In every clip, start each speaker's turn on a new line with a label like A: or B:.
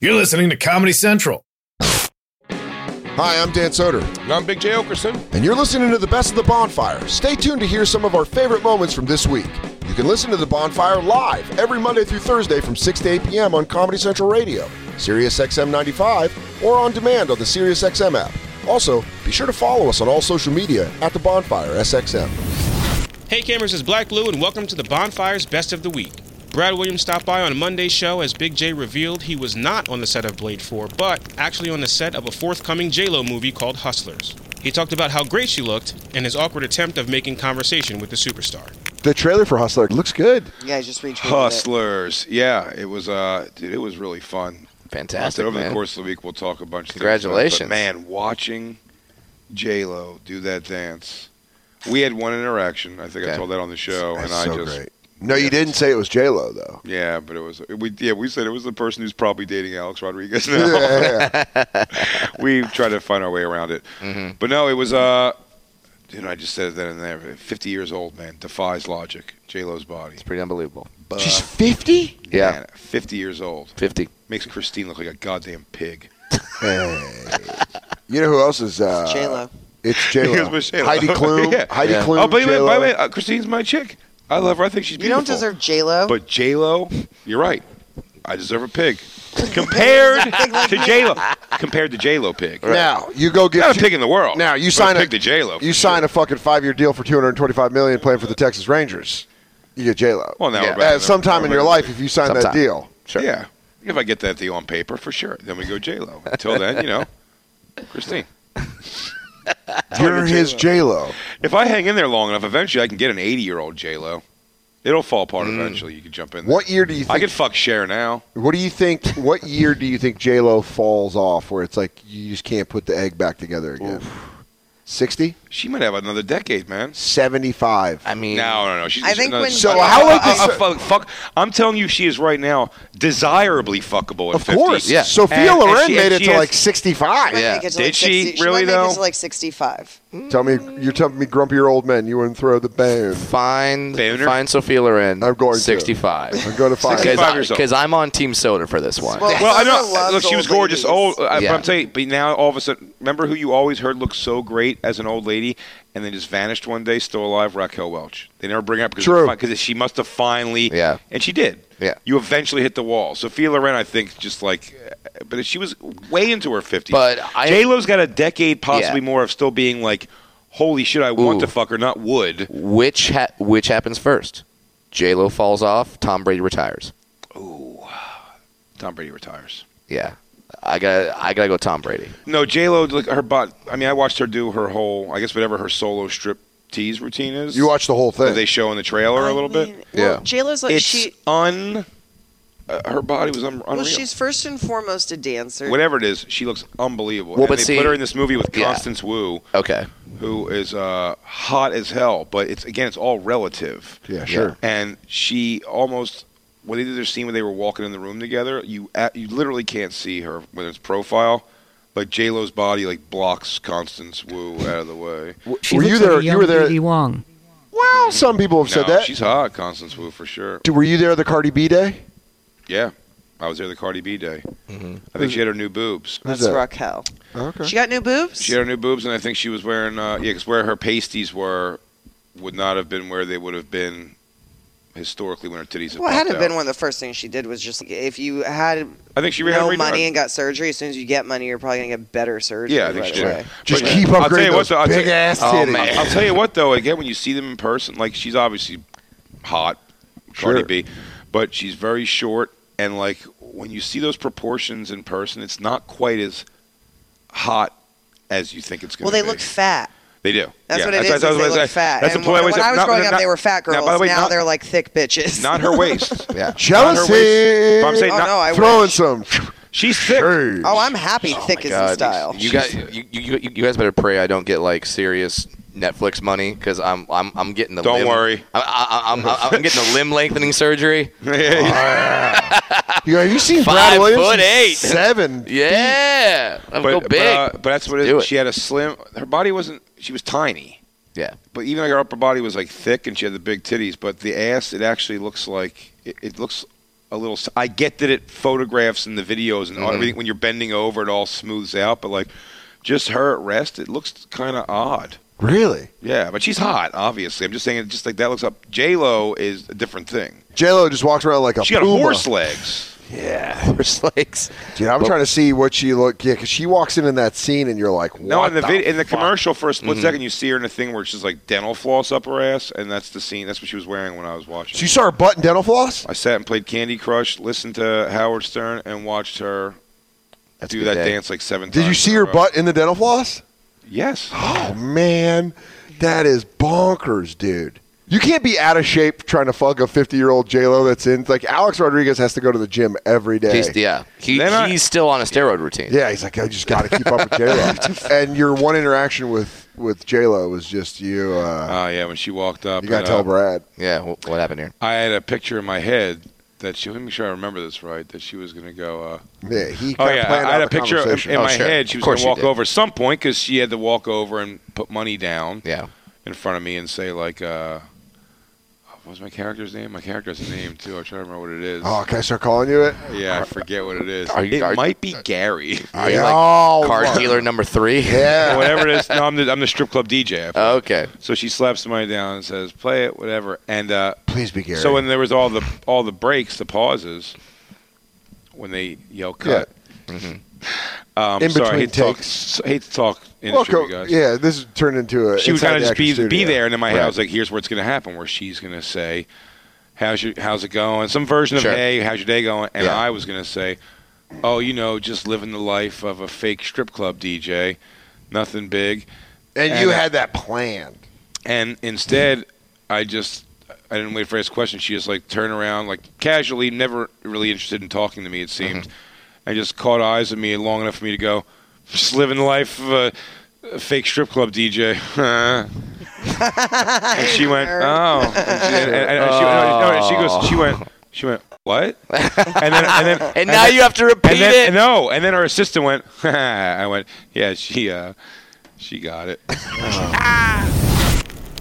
A: You're listening to Comedy Central.
B: Hi, I'm Dan Soder,
C: And I'm Big J. Okerson.
B: and you're listening to the best of the bonfire. Stay tuned to hear some of our favorite moments from this week. You can listen to the bonfire live every Monday through Thursday from 6 to 8 p.m. on Comedy Central Radio, Sirius XM 95, or on demand on the Sirius XM app. Also, be sure to follow us on all social media at the bonfire SXM.
C: Hey, cameras, it's Black Blue, and welcome to the Bonfire's Best of the Week. Brad Williams stopped by on Monday's show as Big J revealed he was not on the set of Blade 4, but actually on the set of a forthcoming J-Lo movie called Hustlers. He talked about how great she looked and his awkward attempt of making conversation with the superstar.
B: The trailer for Hustler looks good.
D: Yeah, I just reached.
E: Hustlers. Yeah, it was. Uh, dude, it was really fun.
F: Fantastic,
E: Over
F: man.
E: the course of the week, we'll talk a bunch. of things, but-
F: Congratulations.
E: but man! Watching J Lo do that dance, we had one interaction. I think I
F: Okay.
E: told that on the show, and Oh, I just
B: No, you didn't say it was J Lo though.
E: yeah, but it was we yeah we said it was the person who's probably dating Alex Rodriguez now. we tried to find our way around it,
F: Mm-hmm.
E: but no, it was uh, dude, I just said it then and there. Fifty years old man defies logic. J Lo's body.
F: It's pretty unbelievable.
B: She's 50.
F: Yeah.
E: Man, fifty years old.
F: 50.
E: Makes Christine look like a goddamn pig.
B: You know who else is uh,
D: J Lo.
B: It's J
E: Here's
B: Lo.
E: my J-Lo.
B: Heidi Klum.
E: Yeah.
B: Heidi
F: Yeah.
B: Klum.
E: oh, by the way,
B: J-Lo.
E: by the way, uh, Christine's my chick. I love her. I think she's
D: You
E: beautiful.
D: don't deserve J Lo.
E: But J Lo, you're right. I deserve a pig compared to J Lo. Compared to J Lo pig.
B: Now you go get
E: Not a
B: two-
E: pig in the world.
B: Now you
E: but
B: sign
E: a
B: a
E: pig to J-Lo, for
B: You sign a fucking five-year deal for two hundred twenty-five million, playing for the Texas Rangers. You get J Lo.
E: Well, now we're back to
B: at
E: the-
B: some time
E: we're
B: in
E: back
B: your
E: to
B: life, if you sign that
F: Sometime.
B: deal,
F: Sure.
E: Yeah. If I get that deal on paper, for sure. Then we go J Lo. Until then, you know, Christine.
B: you're his J Lo.
E: If I hang in there long enough, eventually I can get an 80 year old J Lo. It'll fall apart eventually. You can jump in. There.
B: Mm. What year do you
E: I
B: think?
E: could fuck Cher now.
B: what do you think? What year do you think J Lo falls off, where it's like you just can't put the egg back together again? 60?
E: She might have another decade, man.
B: 75.
F: I mean,
E: No, no, no. She's,
D: I think
E: no,
D: when-
B: So how like this-
E: I, fuck, fuck, I'm telling you, she is right now desirably fuckable at
B: of
E: 50.
B: course.
F: Yeah.
B: Sophia
E: And- and
B: Loren
E: she- and
B: made it
E: she
B: to
E: has-
B: like
D: She might
B: 65.
F: Yeah.
D: make it to
E: Did
D: like
E: she
D: 60 she
E: really,
D: might make
E: though?
D: it to like 65.
B: Tell me, you're telling me grumpier old men, you wouldn't throw the band.
F: find
E: Boner?
F: find Sophia Loren.
B: I'm going to.
F: 65.
B: I'm going to find
E: Okay.
B: it.
E: Five years old.
F: Because I'm on Team Soda for this one.
D: Well-
E: Well, I
D: Sosa
E: know. uh,
D: loves
E: Look, she was
D: old
E: gorgeous.
D: ladies.
E: Old. I,
F: Yeah.
E: But I'm saying, but now all of a sudden, remember who you always heard looked so great as an old lady, and then just vanished one day, still alive, Raquel Welch. They never bring her up because
B: True.
E: because she must have finally.
F: Yeah.
E: And she did.
F: Yeah.
E: You eventually hit the wall. Sophia Loren, I think, just like, uh, but she was way into her 50s.
F: But I-
E: J Lo's got a decade, possibly
F: Yeah.
E: more, of still being like, holy shit, I want
F: Ooh.
E: to fuck her, not would.
F: which ha- which happens first? J Lo falls off. Tom Brady retires.
E: Tom Brady retires.
F: Yeah. I got I gotta go Tom Brady.
E: No, J Lo, like her butt. I mean, I watched her do her whole, I guess, whatever her solo strip tease routine is.
B: You watch the whole
E: that
B: thing.
E: they show in the trailer a little bit.
F: Yeah.
D: J Lo's like
E: it's
D: she.
E: un. Uh, her body was un- unreal.
D: Well, she's first and foremost a dancer.
E: Whatever it is, she looks unbelievable.
F: Well,
E: and
F: but
E: they
F: see-
E: put her in this movie with
F: Yeah.
E: Constance Wu,
F: Okay.
E: who is uh, hot as hell. But it's again, it's all relative.
B: Yeah, sure.
E: And she almost when they did their scene when they were walking in the room together, you a- you literally can't see her when it's profile. Like J Lo's body like blocks Constance Wu out of the way.
G: She
B: were
G: looks
B: you there?
G: Like a
B: you were
G: young
B: there.
G: Dee Dee Wong.
B: Well, some people have said
E: No,
B: Oh, that.
E: she's hot, Constance Wu for sure.
B: Dude, Were you there the Cardi B day?
E: Yeah, I was there the Cardi B day.
D: Mm-hmm.
E: I think she had her new boobs.
D: That's
B: Who's that?
D: Raquel.
B: Okay.
D: She got new boobs.
E: She had her new boobs, and I think she was wearing uh, yeah, 'cause where her pasties were would not have been where they would have been historically when her titties.
D: well, had
E: popped
D: it been
E: out.
D: one of the first things she did was just like, if you had
E: I think she had
D: no
E: them redone.
D: money and got surgery, as soon as you get money, you're probably gonna get better surgery.
E: Yeah, I think
D: right
E: she did.
D: away.
B: Just
E: But
B: keep
E: I'll tell you
B: upgrading
E: what,
B: those
E: though, I'll tell-
B: big ass
F: Oh,
B: titties.
F: man.
E: I- I'll tell you what, though. Again, when you see them in person, like she's obviously hot,
B: Sure.
E: Cardi B, but she's very short, and like when you see those proportions in person, it's not quite as hot as you think it's going
D: Well,
E: to be.
D: they look fat.
E: They do.
D: That's
E: yeah.
D: what it is.
E: what I was
D: is they
E: gonna
D: look
E: say.
D: fat.
E: That's
D: and
E: the point.
D: when,
E: was
D: when I was
E: not-
D: growing
E: not-
D: up, they were fat girls.
E: Now, by the way,
D: now
E: not,
D: they're like thick bitches.
E: not her waist.
F: Yeah.
E: Not her
B: Jealousy.
E: waist. But I'm saying
D: Oh,
E: not-
D: no, I
B: Throwing
D: wish.
B: some.
E: She's thick.
B: shades.
D: Oh, I'm happy. thick is the
F: God,
D: style.
F: You guys, you, you, you you guys better pray I don't get like serious Netflix money because I'm I'm I'm getting the.
E: Don't
F: limb-
E: worry.
F: I, I, I'm, I'm I'm getting the limb lengthening surgery.
B: You know, have you seen
F: Five
B: Brad Williams?
F: foot
B: He's
F: eight.
B: Seven.
F: Yeah, I'm go
E: but,
F: big.
E: uh, but that's what it
F: Do
E: is.
F: it.
E: She had a slim. Her body wasn't. She was tiny.
F: yeah,
E: but even like her upper body was like thick and she had the big titties but the ass it actually looks like it, it looks a little i get that it photographs and the videos and
B: Mm-hmm.
E: all everything when you're bending over it all smooths out but like just her at rest it looks kind of odd
B: Really?
E: yeah but she's hot obviously i'm just saying it just like that looks up j-lo is a different thing
B: J-Lo just walked around like a
E: she got
B: puma.
E: horse legs
F: horse legs.
B: Dude, I'm trying to see what she look. Yeah, because she walks in in that scene, and you're like, what
E: no in the,
B: the
E: vid- in the
B: fuck? Mm-hmm.
E: commercial for a split second you see her in a thing where she's like dental floss up her ass and that's the scene that's what she was wearing when i was watching
B: So you saw her butt and dental floss?
E: I sat and played Candy Crush, listened to Howard Stern, and watched her
F: That's a
E: do
F: good
E: that
F: day.
E: dance like seven times.
B: Did you see
E: in a
B: her
E: row.
B: butt in the dental floss?
E: Yes.
B: Oh man, that is bonkers, dude. You can't be out of shape trying to fuck a 50 year old Lo that's in. Like Alex Rodriguez has to go to the gym every day.
F: He's, yeah, he,
E: Then I-
F: he's still on a steroid routine.
B: Yeah, he's like, I just got to keep up with Lo. and your one interaction with with Lo was just you. Uh,
E: Oh yeah, when she walked up,
B: you got
E: and,
B: to tell
E: uh,
B: Brad.
F: yeah. wh- What happened here?
E: I had a picture in my head that she. Let me make sure I remember this right. That she was going to go. Uh,
B: Yeah, he.
E: oh
B: kinda
E: yeah,
B: planned
E: I had
B: out
E: a
B: the
E: picture in,
B: conversation.
E: in
F: Oh,
E: my
F: sure.
E: head. She
F: Of
E: was
F: course
E: going
F: she
E: to walk
F: did.
E: over at some point because she had to walk over and put money down
F: Yeah,
E: in front of me and say like, uh, "What was my character's name? My character's name too. I'm trying to remember what it is.
B: Oh, can I start calling you it?
E: yeah, I forget what it is.
F: Are you-
E: it
F: are-
E: might be Gary.
F: are you like
B: oh,
F: car
B: fuck.
F: dealer number three?
B: Yeah.
E: whatever it is. No, I'm the, I'm the strip club DJ. I
B: Oh.
F: Okay.
E: So she slaps somebody down and says, "Play it, whatever." And uh,
B: Please be Gary.
E: so when there was all the all the breaks, the pauses, when they yell cut. Um,
B: Mm-hmm. In
E: sorry, I hate
B: between
E: to talk, s-
B: takes.
E: hate to talk industry,
B: Welcome.
E: you guys.
B: Yeah, this has turned into a.
E: She would
B: inside
E: kind of
B: the
E: just be
B: Actors
E: be
B: Studio.
E: there, and in my head, I
F: Right.
E: was like, "Here's where it's going to happen," where she's going to say, "How's your How's it going?" Some version of
F: Sure.
E: "Hey, how's your day going?" And
F: Yeah.
E: I was going to say, "Oh, you know, just living the life of a fake strip club DJ, nothing big."
B: And you
E: And, uh,
B: had that planned.
E: And instead, I just I didn't wait for his question. She just like turned around, like casually, never really interested in talking to me. It seemed, and just caught eyes of me long enough for me to go, just living the life of a, a fake strip club DJ. and she went, oh, and, and- and she, no, no, and she goes, she went, she went, what? And then, and then,
F: And now you have to repeat
E: and then,
F: it.
E: no, and then her assistant went. I went, yeah, she, uh, she got it.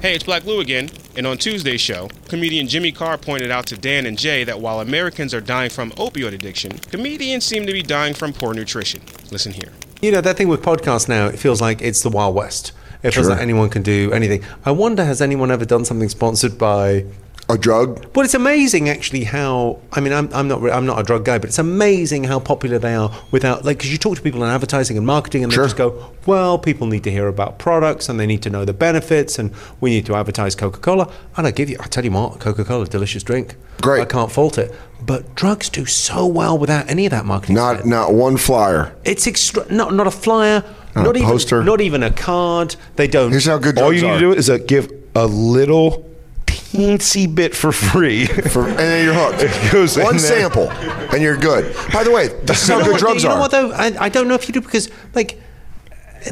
C: Hey, it's Black Lou again, and on Tuesday's show, comedian Jimmy Carr pointed out to Dan and Jay that while Americans are dying from opioid addiction, comedians seem to be dying from poor nutrition. Listen here.
G: You know, that thing with podcasts now, it feels like it's the Wild West. It feels like anyone can do anything. I wonder, has anyone ever done something sponsored by.
B: A drug?
G: Well, it's amazing actually how. Oh, I mean, I'm, I'm, not, re- I'm not a drug guy, but it's amazing how popular they are without. Like, because you talk to people in advertising and marketing, and they just go, well, people need to hear about products and they need to know the benefits, and we need to advertise Coca Cola. And I give you, I tell you what, Coca Cola, delicious drink.
B: Great.
G: I can't fault it. But drugs do so well without any of that marketing.
B: Not
G: spend.
B: not one flyer.
G: It's extra- not not a flyer,
B: Not
G: not,
B: a
G: even
B: poster.
G: not even a card. They don't.
B: Here's how good
H: All
B: drugs
H: you need
B: are.
H: to do is uh, give a little teensy bit for free.
B: For, and then you're hooked.
H: It goes in
B: one
H: there.
B: sample, and you're good. By the way, this is
G: You
B: how
G: know
B: good
G: what,
B: drugs
G: you know
B: are.
G: what though? Oh, I, I don't know if you do because like,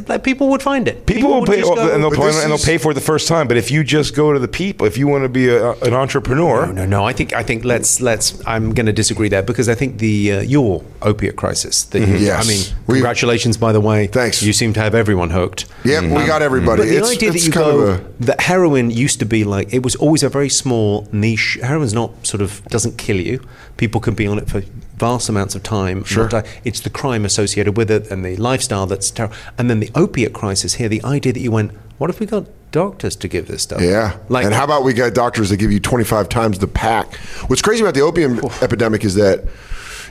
G: like people would find it.
H: People will
G: would
H: pay,
G: just go,
H: and, they'll,
B: But
H: pay-
B: this
H: and they'll
B: is-
H: pay for it the first time. But if you just go to the people, if you want to be a, an entrepreneur,
G: No, no, no. I think I think let's let's. I'm going to disagree there because I think the uh, your opiate crisis. That you,
B: Yes.
G: I mean,
B: We-
G: congratulations by the way.
B: Thanks.
G: You seem to have everyone hooked.
B: Yep, we got everybody.
G: But the
B: It's-
G: idea
B: it's
G: that you
B: kind
G: go
B: of a-
G: that heroin used to be like it was always a very small niche. Heroin's not sort of doesn't kill you. People can be on it for vast amounts of time. Sure. it's the crime associated with it and the lifestyle that's terrible. And then the opiate crisis here. The idea that you went, what if we got doctors to give this stuff?
B: Yeah.
G: Like
B: and how about we got doctors that give you 25 times the pack? What's crazy about the opium epidemic is that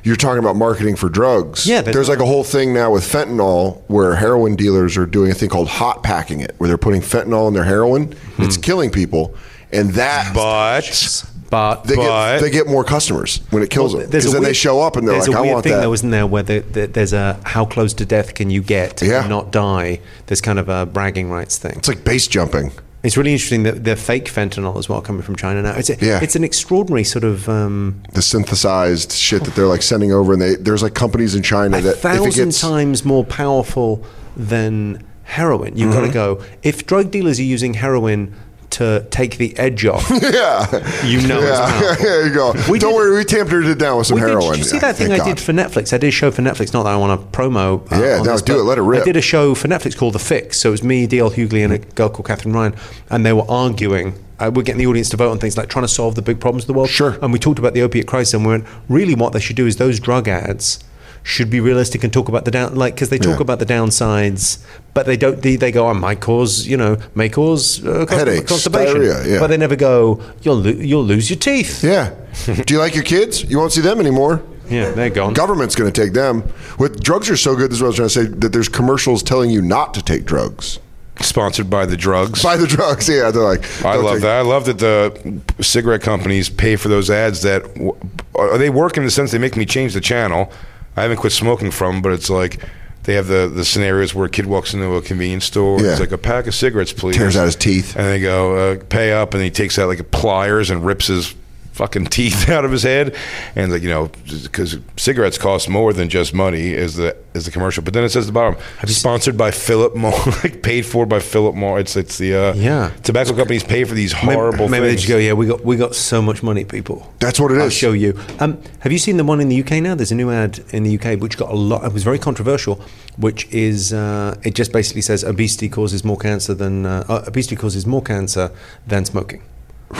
B: you're talking about marketing for drugs.
G: Yeah, that's
B: There's like
G: not-
B: a whole thing now with fentanyl where heroin dealers are doing a thing called hot packing it, where they're putting fentanyl in their heroin. It's killing people. And that
H: but
G: Hmm. But
B: They, get, they get more customers when it kills
G: Well,
B: them
G: there's
B: because
G: a
B: then they
G: weird-
B: show up and they're
G: there's
B: like,
G: a
B: "I
G: weird
B: want
G: thing
B: that."
G: though, isn't there? Where the, the, there's a how close to death can you get and not die? There's kind of a bragging rights thing. It's
B: like base jumping.
G: It's really interesting that they're fake fentanyl as well coming from China now. It's a,
B: Yeah.
G: it's an extraordinary sort of um,
B: the synthesized shit that they're like sending over, and they there's like companies in China that if
G: thousand
B: it gets
G: times more powerful than heroin. You've got to
F: Mm-hmm.
B: Mhm.
G: go. If drug dealers are using heroin to take the edge off,
B: yeah,
G: you know it's
B: yeah,
G: powerful.
B: there you go. Don't worry, we tampered it down with some
G: We did-
B: heroin.
G: Did you see
B: Yeah,
G: that thing I
B: thank
G: did
B: God.
G: for Netflix? I did a show for Netflix. Not that I want to promo. uh,
B: Yeah,
G: on
B: no,
G: this,
B: do
G: but
B: it, let it rip.
G: I did a show for Netflix called The Fix. So it was me, DL Hughley, and a girl called Catherine Ryan, and they were arguing. Uh, we're getting the audience to vote on things like trying to solve the big problems of the world. Sure. And we talked about the opiate crisis, and we went really what they should do is those drug ads should be realistic and talk about the down like because they talk about the downsides but they don't they, they go on might cause you know may cause uh, const-
B: Headaches,
G: constipation
B: diarrhea, yeah.
G: but they never go you'll lo- you'll lose your teeth
B: yeah Do you like your kids? You won't see them anymore.
G: Yeah, they're gone.
B: Government's going to take them. With drugs are so good, this is what I was trying to say. That there's commercials telling you not to take drugs.
H: Sponsored by the drugs.
B: By the drugs, yeah. They're like,
H: I
B: "Don't
H: love
B: take
H: that. I love that the cigarette companies pay for those ads. That w- are they work in the sense they make me change the channel. I haven't quit smoking from, but it's like they have the, the scenarios where a kid walks into a convenience store.
B: Yeah.
H: It's like a pack of cigarettes, please.
B: Tears out his teeth,
H: and they go uh, pay up, and he takes out like pliers and rips his fucking teeth out of his head and like you know because cigarettes cost more than just money is the is the commercial but then it says at the bottom sponsored by philip morris like paid for by philip morris it's it's the uh
G: Yeah.
H: tobacco companies pay for these
G: Maybe-
H: horrible
G: Maybe they
H: things.
G: just go, yeah, we got we got so much money, people.
B: That's what it
G: I'll
B: is.
G: show you. Um, have you seen the one in the UK now? There's a new ad in the UK which got a lot. It was very controversial. Which is uh, it just basically says obesity causes more cancer than uh, uh, obesity causes more cancer than smoking.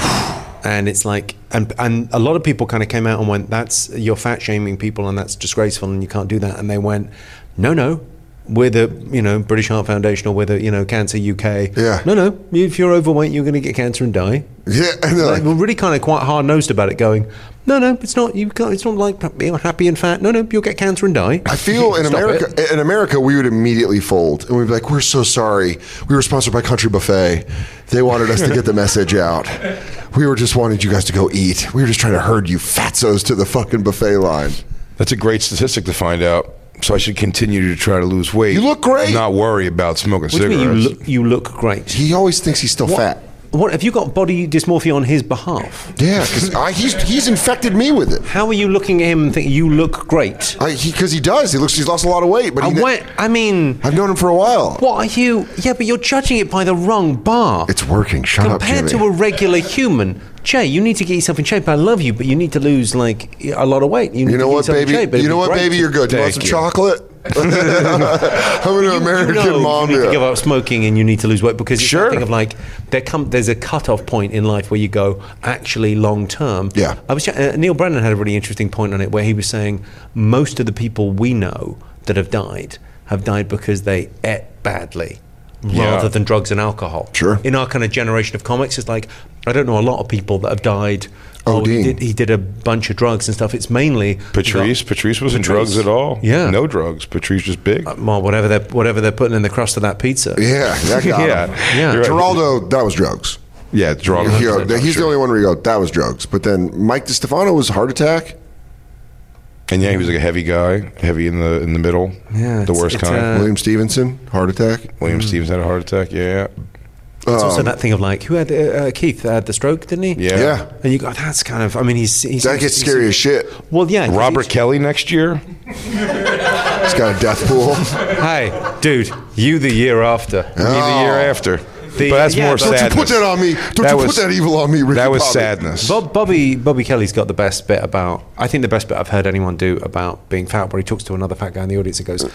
G: And it's like, and, and a lot of people kind of came out and went, "That's you're fat shaming people, and that's disgraceful, and you can't do that." And they went, "No, no, we're the you know British Heart Foundation or we're the you know Cancer UK. Yeah, no, no, if you're overweight, you're going to get cancer and die.
B: Yeah, and
G: like, we're really kind of quite hard nosed about it. Going, no, no, it's not. You can't. It's not like being happy and fat. No, no, you'll get cancer and die.
B: I feel in
G: Stop
B: America,
G: it.
B: in America, we would immediately fold and we'd be like, "We're so sorry. We were sponsored by Country Buffet. They wanted us to get the message out. We were just wanted you guys to go eat. We were just trying to herd you fatzos to the fucking buffet line."
H: that's a great statistic to find out so i should continue to try to lose weight you look
B: great.
H: not worry about smoking
G: What do you
H: cigarettes
G: mean you look, you look great.
B: He always thinks he's still fat.
G: What have you got body dysmorphia on his behalf?
B: Yeah, because he's he's infected me with it.
G: How are you looking at him and think you look great?
B: Because he, does. He looks. He's lost a lot of weight. But
G: I,
B: he ne-
G: went, I mean,
B: I've known him for a while.
G: what are you? Yeah, but you're judging it by the wrong bar.
B: It's working. Shut
G: Compared
B: up,
G: to
B: Jimmy.
G: a regular human, Jay, you need to get yourself in shape. I love you, but you need to lose like a lot of weight. You, need
B: you
G: to
B: know
G: get
B: what,
G: yourself in
B: baby?
G: shape. It'd
B: You know
G: be
B: what,
G: great
B: baby?
G: to-
B: You're good. You want some chocolate? I'm an American
G: you know
B: mom.
G: You need
B: yeah.
G: to give up smoking and you need to lose weight because it's that thing of like there come there's a cutoff point in life where you go actually long term. Yeah, I was ch- uh, Neil Brennan had a really interesting point on it where he was saying most of the people we know that have died have died because they ate badly.
H: Yeah.
G: Rather than drugs and alcohol. Sure. In our kind of generation of comics, it's like, I don't know a lot of people that have died. Oh, he did, he did a bunch of drugs and stuff. It's mainly.
H: patrice patrice wasn't drugs
G: Patrice.
H: at all
G: Yeah. Uh,
H: no drugs patrice was big
G: Well, whatever they're whatever they're putting in the crust of that pizza.
B: Yeah, that got
H: Yeah.
B: him.
H: Yeah. You're right. Oh,
B: Geraldo, that was drugs.
H: yeah drugs
B: You know, he's the only one where you go, that was drugs. But then Mike DiStefano was heart attack.
H: and yeah he was like a heavy guy heavy in the in the middle
G: Yeah,
H: the
G: it's-
H: worst
G: it's,
H: kind
G: uh,
B: William Stevenson, heart attack.
I: mm.
H: william stevens had a heart attack yeah
G: It's also
B: Um,
G: that thing of like who had uh, uh, Keith had the stroke, didn't he?
H: Yeah. Yeah.
G: And you go, that's kind of. I mean, he's, he's
B: That gets
G: he's-
B: scary as shit.
G: Well, yeah. 'cause
H: Robert Kelly next year.
B: He's got a death pool.
G: he's- Hey, dude, you the year after.
H: Be the year after.
G: The-
H: but that's
G: yeah,
H: more
G: but- Don't you
H: sadness.
B: Put Oh. that on me. Don't
H: That
B: you
H: was-
B: put that evil on me, Ricky
H: that was
B: Bobby.
H: sadness.
G: Bob, Bobby Bobby Kelly's got the best bit about I think the best bit I've heard anyone do about being fat, where he talks to another fat guy in the audience and goes, "H-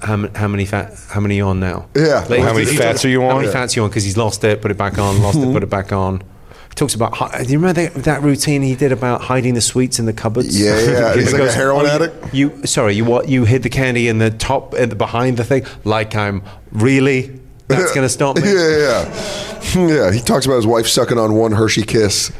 G: how, m- how many fat how many you on now?
B: Yeah.
G: Like,
H: How many
G: he- he
H: fats
G: talks-
H: are you
G: How
H: on?
G: many
H: Yeah.
G: fats you on? Because he's lost it, put it back on, lost it, put it back on. He talks about. hi- Do you remember that, that routine he did about hiding the sweets in the cupboards?
B: Yeah, yeah.
G: He
B: He's like a
G: goes,
B: heroin
G: "Oh, you-
B: addict."
G: You, sorry, you what? You hid the candy in the top in the, behind the thing. Like I'm really. That's gonna stop me.
B: Yeah, yeah, yeah. Yeah, he talks about his wife sucking on one Hershey kiss.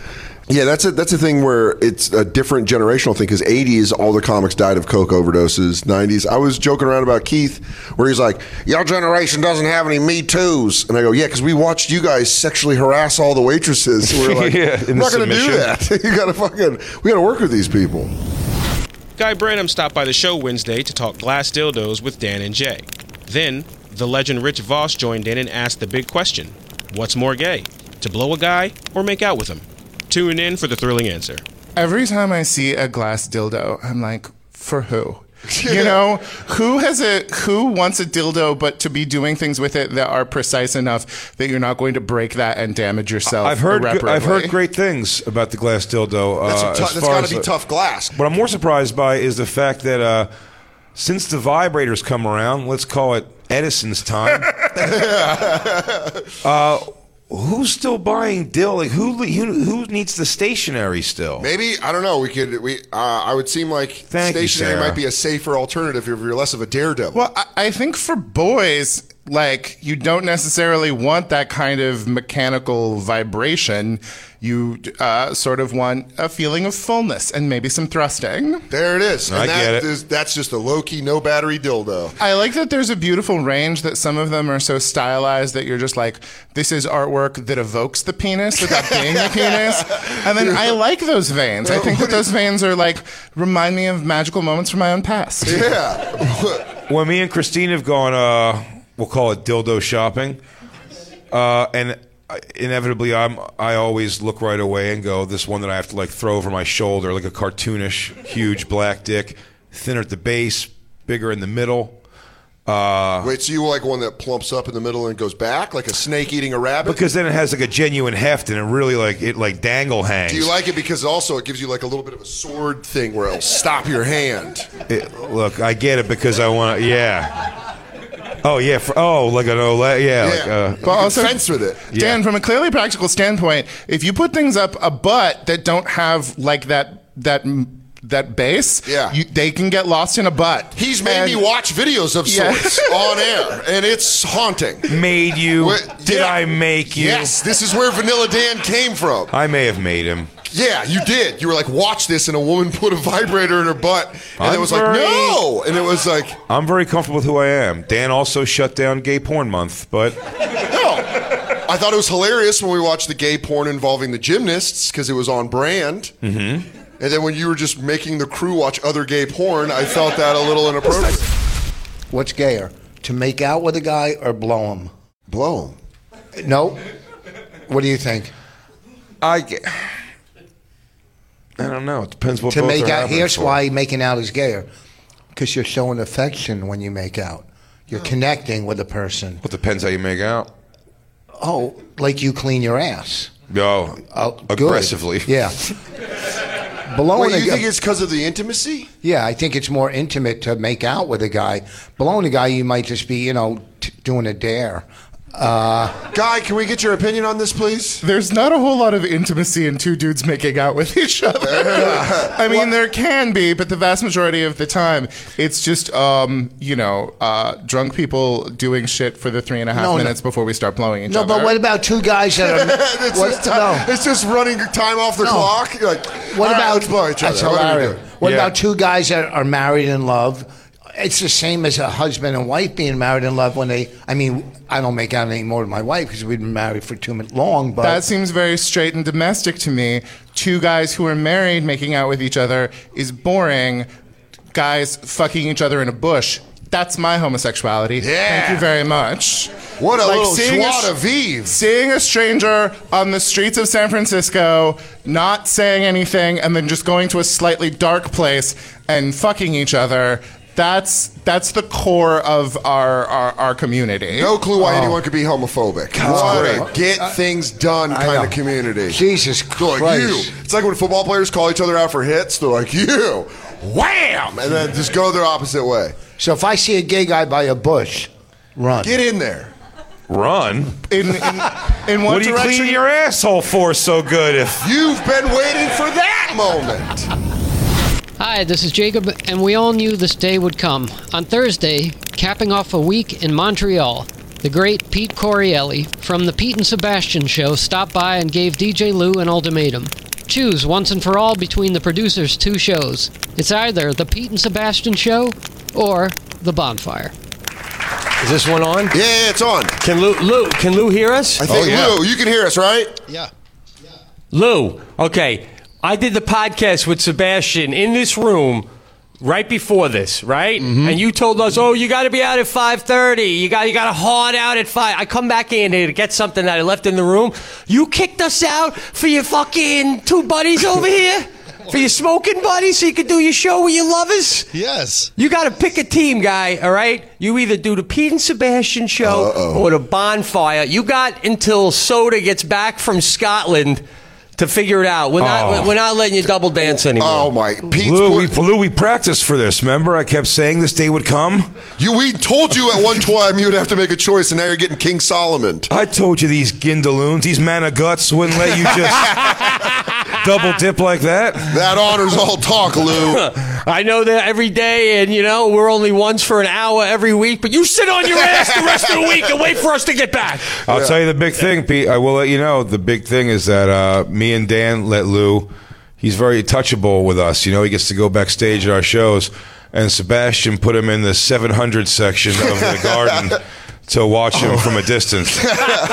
B: Yeah, that's a that's a thing where it's a different generational thing because '80s all the comics died of coke overdoses. '90s, I was joking around about Keith where he's like, "Your generation doesn't have any Me Too's," and I go, "Yeah, because we watched you guys sexually harass all the waitresses. We're like,
E: Yeah,
B: we're
E: in
B: not
E: the
B: going to do
E: submission.
B: that. you got to fucking we got to work with these people."
C: Guy Branum stopped by the show Wednesday to talk glass dildos with Dan and Jay. Then, the legend Rich Voss joined in and asked the big question What's more gay? To blow a guy or make out with him? Tune in for the thrilling answer.
I: Every time I see a glass dildo, I'm like, for who? You know, who has a who wants a dildo but to be doing things with it that are precise enough that you're not going to break that and damage yourself?
E: I've heard
I: irreparably?
E: I've heard great things about the glass dildo. Uh,
I: That's a tou-
E: as
I: that's
E: far
I: gotta
E: as
I: be
E: the-
I: tough glass.
E: What I'm more surprised by is the fact that uh, since the vibrators come around, let's call it Edison's time. uh, who's still buying dill? Like who, who who needs the stationery still?
B: Maybe I don't know. We could we uh, I would seem like
E: you,
B: stationary
E: Sarah.
B: might be a safer alternative if you're less of a daredevil.
I: Well, I, I think for boys, like you don't necessarily want that kind of mechanical vibration. You uh, sort of want a feeling of fullness and maybe some thrusting.
B: There it is.
I: I
B: and that
I: get it.
B: is- that's just a low key, no battery dildo.
I: I like that there's a beautiful range that some of them are so stylized that you're just like, this is artwork that evokes the penis without being a penis. And then I like those veins. I think that those veins are like, remind me of magical moments from my own past.
B: Yeah.
E: when me and Christine have gone, uh, we'll call it dildo shopping, uh, and I- inevitably, I'm I always look right away and go this one that I have to like throw over my shoulder, like a cartoonish, huge black dick, thinner at the base, bigger in the middle. Uh,
B: Wait, so you like one that plumps up in the middle and goes back like a snake eating a rabbit?
E: because then it has like a genuine heft and it really like it like dangle hangs.
B: Do you like it because also it gives you like a little bit of a sword thing where it'll stop your hand?
E: It- look, I get it because I want. Yeah. Oh yeah. For, oh, like an Olay. Yeah. Like, uh,
I: But also,
E: Yeah.
I: Dan, from a clearly practical standpoint, if you put things up a butt that don't have like that that m- that base, yeah. you, they can get lost in a butt.
B: He's made me
I: And-
B: watch videos of
I: Yeah.
B: sorts on air, and it's haunting.
E: Made you? Did I make you?
B: Yes, this is where Vanilla Dan came from.
E: I may have made him.
B: Yeah, you did. You were like, watch this, and a woman put a vibrator in her butt, and it
E: I'm
B: was like,
E: very-
B: no, and it was like,
E: I'm very comfortable with who I am. Dan also shut down Gay Porn Month, but
B: I thought it was hilarious when we watched the gay porn involving the gymnasts because it was on brand.
E: mm-hmm.
B: And then when you were just making the crew watch other gay porn, I felt that a little inappropriate.
J: What's gayer, to make out with a guy or blow him?
B: Blow
J: him. No. What do you think?
E: I get. I don't know. It depends what
J: to
E: both
J: make
E: are
J: out.
E: happening
J: Here's
E: for.
J: why making out is gayer, because you're showing affection when you make out. You're connecting with a person.
E: Oh. Well, depends how you make out.
J: Oh, like you clean your ass. Oh,
E: No, aggressively.
J: Yeah. Blowing
B: Wait,
J: a
B: you
J: guy-
B: think it's because of the intimacy?
J: Yeah, I think it's more intimate to make out with a guy. Blowing a guy, you might just be, you know, t- doing a dare. Uh,
B: guy, can we get your opinion on this, please?
I: There's not a whole lot of intimacy in two dudes making out with each other. I mean, there can be, but the vast majority of the time, it's just um, you know, uh, drunk people doing shit for the three and a half
J: No, no.
I: minutes before we start blowing each
J: no,
I: other.
J: but what about two guys that are?
B: it's,
J: what-
B: just ti- it's just running time off the
J: No.
B: clock. You're like,
J: What
B: "All right,
J: about
B: let's blow each other.
J: That's
B: What are we
J: hilarious.
B: doing?"
J: What
B: Yeah.
J: about two guys that are married in love? It's the same as a husband and wife being married in love when they. I mean, I don't make out anymore with my wife because we've been married for too min- long. But
I: that seems very straight and domestic to me. Two guys who are married making out with each other is boring. Guys fucking each other in a bush. That's my homosexuality. Thank you very much.
B: What a little joie de
I: vivre. Seeing a stranger on the streets of San Francisco, not saying anything, and then just going to a slightly dark place and fucking each other. That's that's the core of our our, our community.
B: No clue why anyone could be homophobic.
I: God.
B: What a get things done kind of community.
J: Jesus
B: Christ! Like you. It's like when football players call each other out for hits. They're like you, wham, and then just go their opposite way.
J: so if I see a gay guy by a bush, run.
B: Get in there.
E: Run.
I: In in, in one
E: What are you
I: direction,
E: cleaning your asshole for so good? If
B: You've been waiting for that moment.
K: Hi, this is Jacob, and we all knew this day would come. On Thursday, capping off a week in Montreal, the great Pete Corielli from the Pete and Sebastian show stopped by and gave DJ Lou an ultimatum. Choose once and for all between the producers' two shows. It's either The Pete and Sebastian Show or The Bonfire.
L: Is this one on? Yeah,
B: yeah it's on.
L: Can Lou, Lou can Lou hear us?
B: I think, Lou, you can hear us, right?
L: Lou, okay. I did the podcast with Sebastian in this room right before this, right? And you told us, "Oh, you got to be out at 5:30. You got you got to hard out at 5." I come back in here to get something that I left in the room. You kicked us out for your fucking two buddies over here. For your smoking buddies, so you could do your show with your lovers?
M: Yes.
L: You got to pick a team, guy, all right? You either do the Pete and Sebastian show or the bonfire. You got until Soda gets back from Scotland to figure it out. We're not,
E: Oh.
L: we're not letting you double dance anymore.
E: Oh
B: my,
E: Lou, we, Lou, we practiced for this. Remember, I kept saying this day would come.
B: You, we told you at one time you would have to make a choice, and now you're getting King Solomon.
E: I told you these gindaloons, these man of guts, wouldn't let you just double dip like that.
B: That honors all talk, Lou.
L: I know that every day, and you know we're only once for an hour every week. But you sit on your ass the rest of the week and wait for us to get back.
E: I'll tell you the big thing, Pete. I will let you know. The big thing is that uh, me and Dan let Lou. He's very touchable with us. You know, he gets to go backstage at our shows, and Sebastian put him in the 700 section of the garden to watch him from a distance.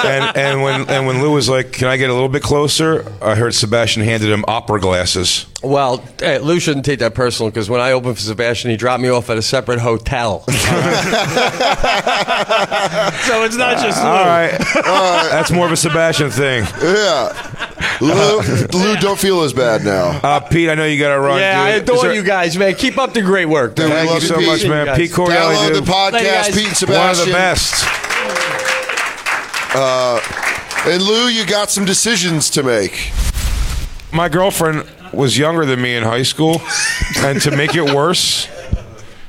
E: and, and when and when Lou was like, "Can I get a little bit closer?" I heard Sebastian handed him opera glasses.
L: Well, eh, Lou shouldn't take that personal because when I opened for Sebastian, he dropped me off at a separate hotel. so it's not just Lou.
E: All right, that's more of a Sebastian thing.
B: Yeah, Lou,
E: Uh-huh.
B: Lou, don't feel as bad now.
E: Uh, Pete, I know you got to run.
L: yeah, I
E: dude. Is
L: adore
E: there-
L: you guys, man. Keep up the great work.
E: Dude, we Thank love you you, so Pete. much, man.
L: guys.
E: Pete Corielli, Download dude. the podcast,
L: Later, guys.
B: Pete and
E: One of the
B: Sebastian.
E: best.
B: Uh, and Lou, you got some decisions to make.
E: My girlfriend was younger than me in high school, and to make it worse,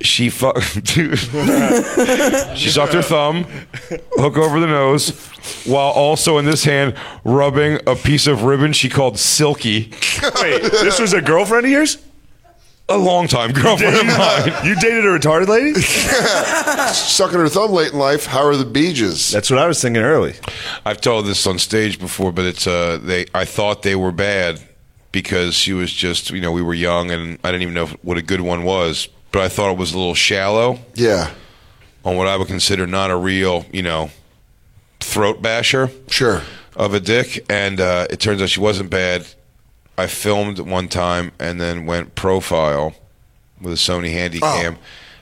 E: she fuck dude. she sucked her thumb, hook over the nose, while also in this hand rubbing a piece of ribbon she called silky.
M: Wait, this was a girlfriend of yours?
E: A long time girlfriend of mine.
M: You dated a retarded lady?
B: Sucking her thumb late in life. How are the Beeges?
M: That's what I was thinking early.
E: I've told this on stage before, but it's uh, they. I thought they were bad because she was just you know we were young and I didn't even know what a good one was, but I thought it was a little shallow
B: Yeah.
E: on what I would consider not a real you know throat basher.
B: Sure.
E: Of a dick, and uh, it turns out she wasn't bad. I filmed one time and then went profile with a Sony Handycam,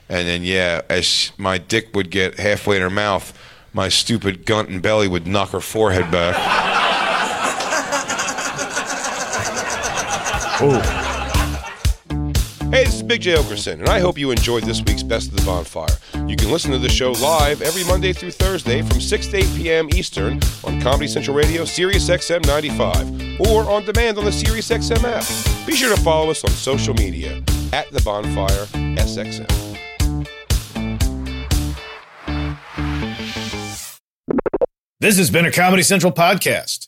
E: and then yeah, as my dick would get halfway in her mouth, my stupid gunt and belly would knock her forehead back.
N: Hey, this is Big J. Okerson, and I hope you enjoyed this week's Best of the Bonfire. You can listen to the show live every Monday through Thursday from 6 to 8 p.m. Eastern on Comedy Central Radio, Sirius XM 95, or on demand on the Sirius XM app. Be sure to follow us on social media at The Bonfire SXM.
O: This has been a Comedy Central podcast.